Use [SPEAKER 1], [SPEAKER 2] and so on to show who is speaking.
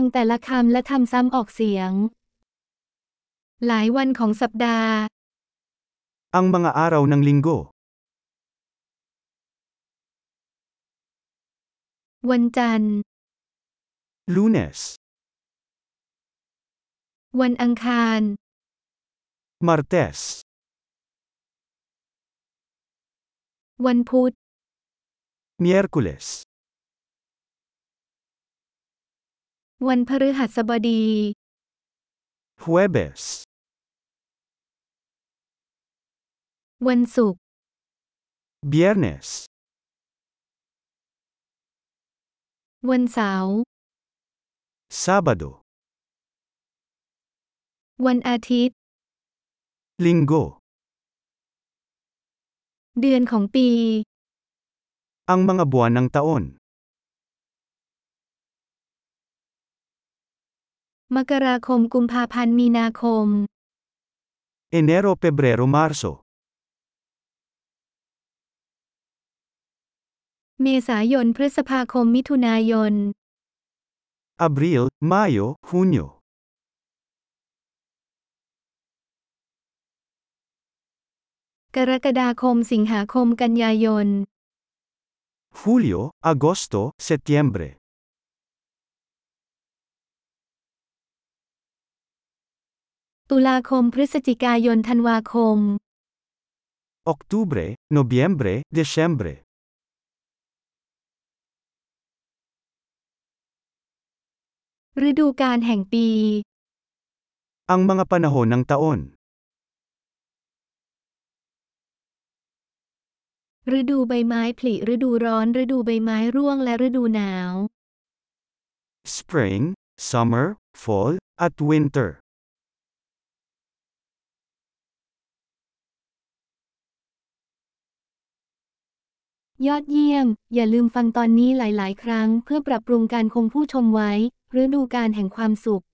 [SPEAKER 1] งแต่ละคำและทำซ้ำออกเสียง หลายวันของสัปดาห์
[SPEAKER 2] Ang mga araw ng linggo,
[SPEAKER 1] วันจันทร์
[SPEAKER 2] Lunes,
[SPEAKER 1] วันอังคาร
[SPEAKER 2] Martes,
[SPEAKER 1] วันพุธ
[SPEAKER 2] Miyerkules,
[SPEAKER 1] วันพฤหัสบดี
[SPEAKER 2] Huwebes,
[SPEAKER 1] วันศุกร์
[SPEAKER 2] Biyernes,
[SPEAKER 1] วันเสาร์
[SPEAKER 2] Sabado,
[SPEAKER 1] วันอาทิตย์
[SPEAKER 2] Linggo.
[SPEAKER 1] เดือนของปี
[SPEAKER 2] Ang mga buwan ng taon,
[SPEAKER 1] มกราคมกุมภาพันธ์มีนาคม
[SPEAKER 2] Enero, Pebrero, Marso,
[SPEAKER 1] เมษายนพฤษภาคมมิถุนายน
[SPEAKER 2] Abril, Mayo, Hunyo,
[SPEAKER 1] กรกฎาคมสิงหาคมกันยายน
[SPEAKER 2] Hulyo, Agosto, Setyembre,
[SPEAKER 1] ตุลาคมพฤศจิกายนธันวาคม
[SPEAKER 2] Oktubre, Nobyembre, Desyembre,
[SPEAKER 1] ฤดูกาลแห่งปี
[SPEAKER 2] Ang mga panahon ng taon,
[SPEAKER 1] ฤดูใบไม้ผลิฤดูร้อน ฤดูใบไม้ร่วงและฤดูหนาว
[SPEAKER 2] Spring, Summer, Fall, at Winter.
[SPEAKER 1] ยอดเยี่ยม อย่าลืมฟังตอนนี้หลาย ๆ ครั้ง เพื่อปรับปรุงการคงผู้ชมไว้ ฤดูกาลแห่งความสุข